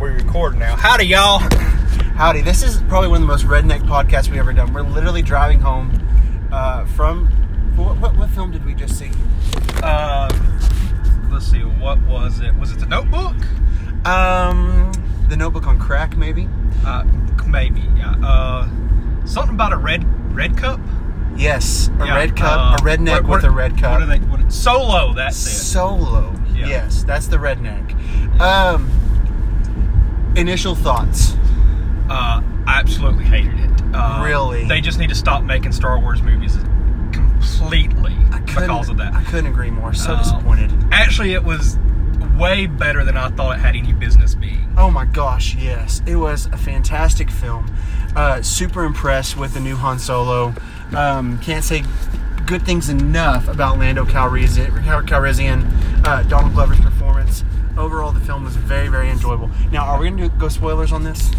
recording Uh, now. Howdy, y'all. Howdy, this is probably one of the most redneck podcasts we've ever done. We're literally driving home uh, from. What, what, what film did we just see? Um, Uh, let's see, what was it? Was it The Notebook? Um, the Notebook on Crack, maybe? Uh, maybe. Yeah. Uh, something about a red red cup. Yes, a Yeah, red cup, uh, a redneck what- what- with a red cup. What are they? What, solo. That's it. Solo. Yeah. Yes, that's the redneck. Um, initial thoughts. Uh, I absolutely hated it. Uh, Really? They just need to stop making Star Wars movies completely Couldn't- because of that. I couldn't agree more. So Uh, disappointed. Actually, it was way better than I thought it had any business being. Oh my gosh, yes. It was a fantastic film. Uh, super impressed with the new Han Solo. Um, can't say good things enough about Lando Calrissian, Cal- Calrissian uh, Donald Glover's performance. Overall, the film was very, very enjoyable. Now, are we going to go spoilers on this?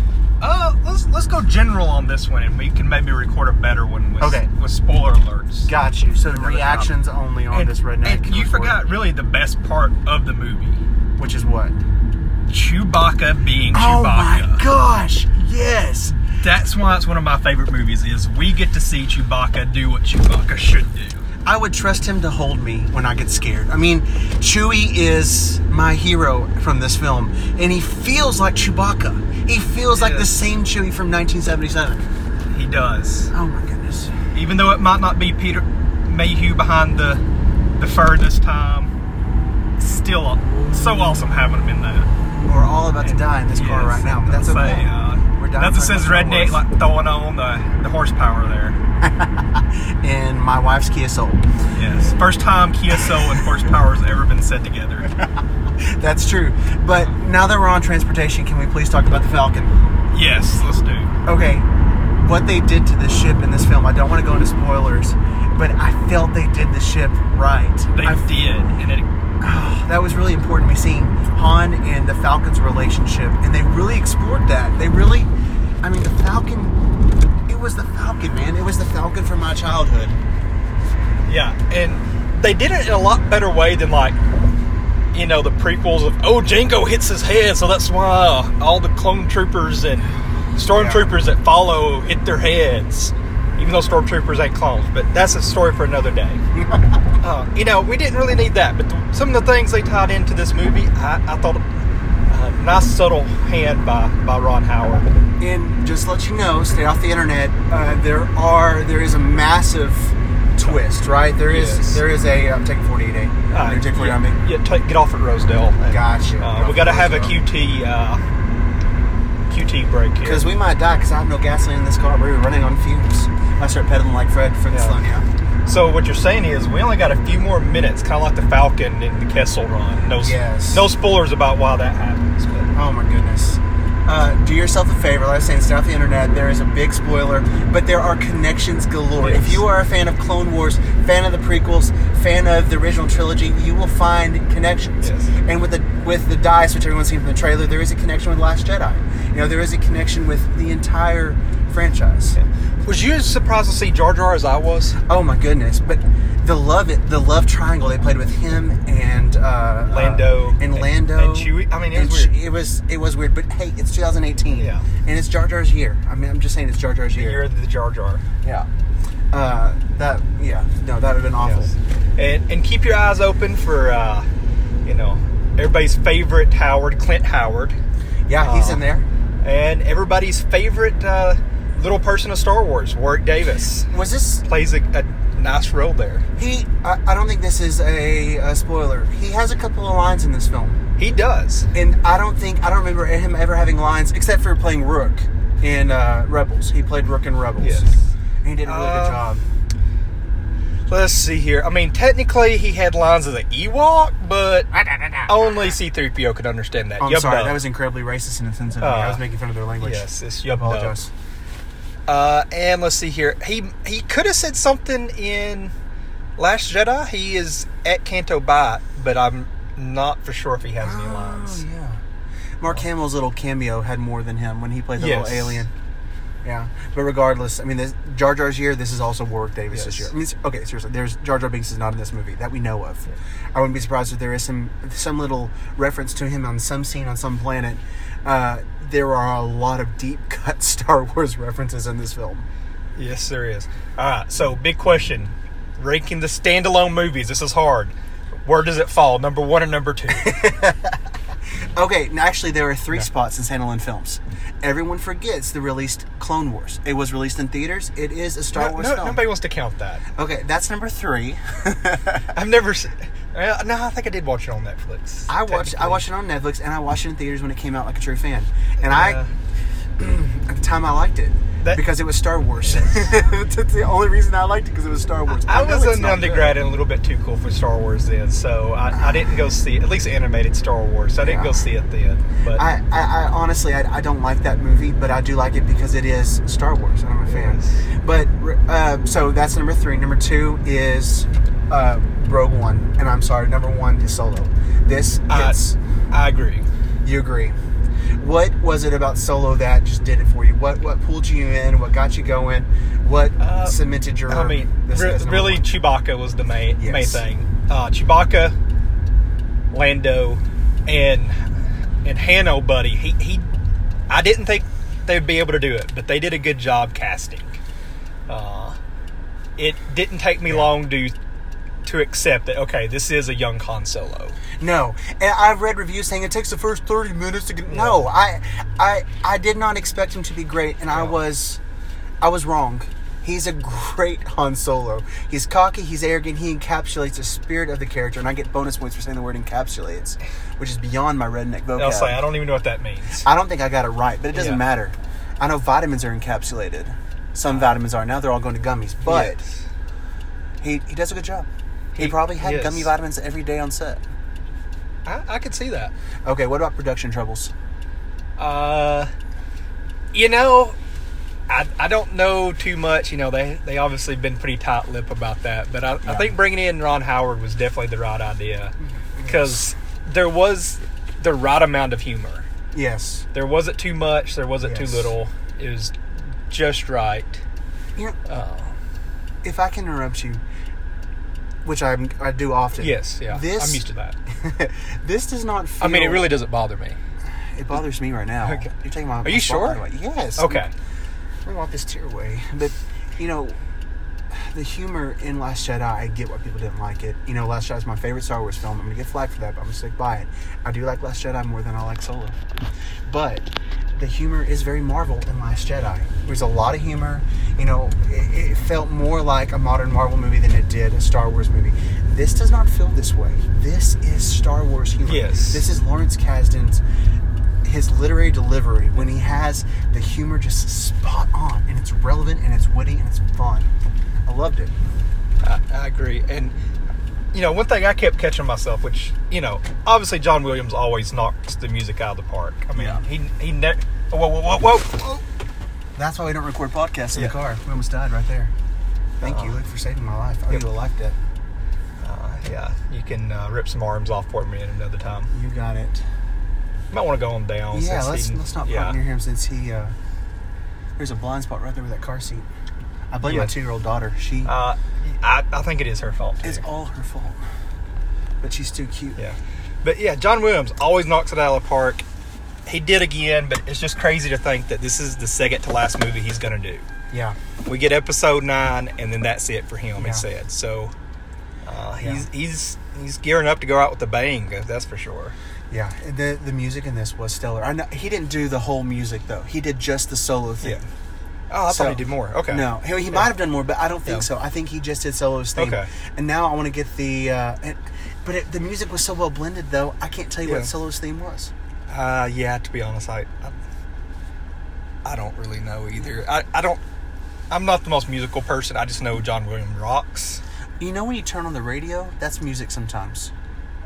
Uh, let's let's go general on this one, and we can maybe record a better one with Okay. with spoiler alerts. Got you. So, reactions only on And- this and redneck. you report, forgot really the best part of the movie: Which is what? Chewbacca being Oh Chewbacca. my gosh, yes. That's why it's one of my favorite movies. Is we get to see Chewbacca do what Chewbacca should do. I would trust him to hold me when I get scared. I mean, Chewie is my hero from this film, and he feels like Chewbacca. He feels like the Yes. same Chewie from 1977. He does, Oh my goodness. even though it might not be Peter Mayhew behind the the fur this time. Still, so awesome having him in that. We're all about to die in this car right now, but that's okay. We're dying that's what for uh, says Star redneck Wars. like throwing on the, the horsepower there. And my wife's Kia Soul. Yes, first time Kia Soul and horsepower has ever been set together. That's true. But now that we're on transportation, can we please talk about the Falcon? Yes, let's do. it. okay, what they did to this ship in this film, I don't want to go into spoilers, but I felt they did the ship right. They I, did, and it that was really important to me seeing Han and the Falcon's relationship, and they really explored that. They really, I mean, the Falcon, it was the Falcon, man. It was the Falcon from my childhood. Yeah, and they did it in a lot better way than like you know the prequels of oh Django hits his head, so that's why uh, all the clone troopers and stormtroopers that follow hit their heads. Even though stormtroopers ain't clones, but that's a story for another day. uh, you know, we didn't really need that, but th- some of the things they tied into this movie, I, I thought uh, nice subtle hand by by Ron Howard. And just to let you know, stay off the internet. Uh, there are there is a massive twist, right? There is Yes. there is a I'm taking 48 A. I'm taking 48 on me. Uh, yeah, yeah, take- get off at Rosedale. Gotcha. Uh, we got to have a QT uh, QT break here. Because we might die because I have no gasoline in this car. We were running on fumes. I start pedaling like Fred for this Yeah. one, yeah. so what you're saying is we only got a few more minutes, kind of like the Falcon in the Kessel Run. No, s- Yes. no spoilers about why that happens. But Oh my goodness. Uh, do yourself a favor. Like I was saying, stay off the internet. There is a big spoiler, but there are connections galore. Yes. If you are a fan of Clone Wars, fan of the prequels, fan of the original trilogy, you will find connections. Yes. And with the with the dice, which everyone's seen from the trailer, there is a connection with Last Jedi. You know, there is a connection with the entire franchise. was you as surprised to see Jar Jar as I was? Oh my goodness! But the love it, the love triangle they played with him and uh, Lando uh, and and- Lando and Chewie. I mean, it and was Che- weird. It was it was weird. But hey, it's 2018. Yeah. and it's Jar Jar's year. I mean, I'm just saying it's Jar Jar's year. You're the Jar Jar. Yeah. Uh, that yeah no that would have been awful. Yes. And and keep your eyes open for uh, you know everybody's favorite Howard, Clint Howard, Yeah, he's Uh, in there. and everybody's favorite uh, little person of Star Wars, Warwick Davis, Was this plays a, a nice role there. he? I, I don't think this is a, a spoiler. He has a couple of lines in this film, He does. and I don't think I don't remember him ever having lines except for playing Rook in uh, Rebels. He played Rook in Rebels. Yes. and he did a really Uh, good job. Let's see here. I mean, technically, he had lines as an Ewok, but only C3PO could understand that. Oh, I'm Yub sorry, dub. that was incredibly racist and offensive. of me. Uh, I was making fun of their language. yes, it's I yub apologize. Uh, and let's see here. He he could have said something in Last Jedi. He is at Canto Bight, but I'm not for sure if he has any lines. Oh, yeah. Mark Hamill's little cameo had more than him when he played the Yes. little alien. Yeah, but regardless, I mean, this, Jar Jar's year. This is also Warwick Davis' Yes. year. I mean, it's- okay, seriously, there's Jar Jar Binks is not in this movie that we know of. I wouldn't be surprised if there is some some little reference to him on some scene on some planet. Uh, there are a lot of deep cut Star Wars references in this film. Yes, there is. All right. So, big question: ranking the standalone movies. This is hard. Where does it fall? Number one or number two? Okay, no, actually, there are three spots in standalone films. Everyone forgets the released Clone Wars. It was released in theaters. It is a Star No- Wars no- film. nobody wants to count that. Okay, that's number three. I've never seen. Well, no, I think I did watch it on Netflix. I watched I technically. watched it on Netflix and I watched it in theaters when it came out like a true fan. And I Yeah. at the time I liked it That- because it was Star Wars. that's the only reason I liked it because it was Star Wars. I know was it's an not undergrad and a little bit too cool for Star Wars then, so I, I didn't go see at least animated Star Wars. I didn't Yeah. go see it then, but good. I, I, I honestly I, I don't like that movie, but I do like it because it is Star Wars. and I'm a fan. Yes. But uh, so that's number three. Number two is uh, Rogue One, and I'm sorry. Number one is Solo. This I- hits. I agree. You agree. What was it about solo that just did it for you? What what pulled you in? What got you going? What Uh, cemented your? I mean, this re- as number really, one? Chewbacca was the main main Yes. thing. Uh, Chewbacca, Lando, and and Hanno, buddy. He he. I didn't think they'd be able to do it, but they did a good job casting. Uh, it didn't take me long to to accept that. Okay, this is a young Han Solo. No, and I've read reviews saying it takes the first thirty minutes to get. No, I, I, I did not expect him to be great, and I was, I was wrong. He's a great Han Solo. He's cocky. He's arrogant. He encapsulates the spirit of the character, and I get bonus points for saying the word encapsulates, which is beyond my redneck vocab. I'll say I don't even know what that means. I don't think I got it right, but it doesn't Yeah. matter. I know vitamins are encapsulated. Some vitamins are now; they're all going to gummies. But Uh-huh. Yes. he, he does a good job. He, He- probably had yes. gummy vitamins every day on set. I, I could see that. Okay, what about production troubles? Uh, you know, I, I don't know too much. You know, they they obviously been pretty tight lip about that, but I, I Yeah. Mm-hmm. think bringing in Ron Howard was definitely the right idea because there was the right amount of humor. Yes, There wasn't too much. There wasn't Yes. too little. It was just right. you know, Uh, if I can interrupt you, which I I do often. yes, yeah. This I'm used to that. this does not. Feel, I mean, it really doesn't bother me. it bothers me right now. Okay. You're taking my. Are you sure? Yes. Okay. We want this tear away. But, you know, the humor in Last Jedi, I get why people didn't like it. You know, Last Jedi is my favorite Star Wars film. I'm going to get flack for that, but I'm going to stick by it. I do like Last Jedi more than I like Solo. But the humor is very Marvel in Last Jedi. There's a lot of humor. You know, it, it felt more like a modern Marvel movie than it did a Star Wars movie. This does not feel this way. This is Star Wars humor. Yes. This is Lawrence Kasdan's his literary delivery when he has the humor just spot on and it's relevant and it's witty and it's fun. I loved it. I, I agree. And you know, one thing I kept catching myself, which you know, obviously John Williams always knocks the music out of the park. I mean, Yeah. he he ne- whoa whoa whoa whoa. whoa. That's why we don't record podcasts in Yeah. the car. We almost died right there. Thank you, Uh-uh. Luke, for saving my life. I owe you a life debt. Uh, yeah, you can uh, rip some arms off for me at another time. You got it. You might want to go on down. yeah, since he let's didn't- let's not park yeah. near him since he. Uh, there's a blind spot right there with that car seat. I blame my Yeah. two-year-old daughter. She Uh, I, I think it is her fault. Too. it's all her fault, but she's too cute. Yeah, but yeah, John Williams always knocks it out of the park. He did again, but it's just crazy to think that this is the second to last movie he's going to do. Yeah. we get episode nine, and then that's it for him. Yeah. It said so. Uh, he's he's he's gearing up to go out with a bang. That's for sure. Yeah, the the music in this was stellar. I know he didn't do the whole music though. He did just the solo thing. Yeah. Oh, I So- thought he did more. Okay. No, he, he might have done more, but I don't think Yeah. so. I think he just did solo's theme. Okay. And now I want to get the. Uh, and, but it, the music was so well blended though. I can't tell you Yeah. what solo's theme was. Uh, yeah. To be honest, I, I I don't really know either. I I don't. I'm not the most musical person. I just know John Williams rocks. You know when you turn on the radio, that's music sometimes.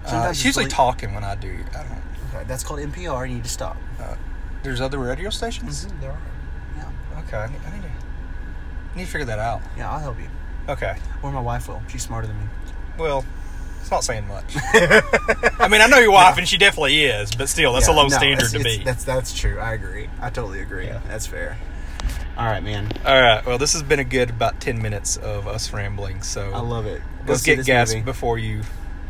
Uh, it's it's usually like- talking when I do. I don't. Okay, that's called NPR. and You need to stop. Uh, there's other radio stations. There are. Yeah, Mm-hmm. Okay. I need, I need to I need to figure that out. yeah. I'll help you. Okay. Or my wife will. She's smarter than me. Well, it's not saying much. I mean, I know your wife, and she definitely is, but still, that's a Yeah, low no, standard it's- to it's- be. That's that's true. I agree. I totally agree. Yeah. That's fair. All right, man. All right. Well, this has been a good about ten minutes of us rambling. So I love it. Go let's see get this gas movie. before you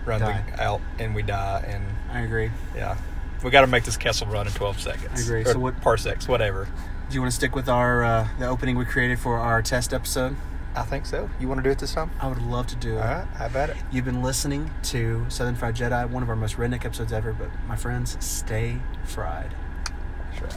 run Die. the, out and we die. And I agree. yeah, we got to make this Kessel run in 12 seconds. I agree. Or So what- parsecs, whatever. Do you want to stick with our uh, the opening we created for our test episode? I think so. You want to do it this time? I would love to do it. All right, how about it? You've been listening to Southern Fried Jedi, one of our most redneck episodes ever. But my friends, stay fried. Sure.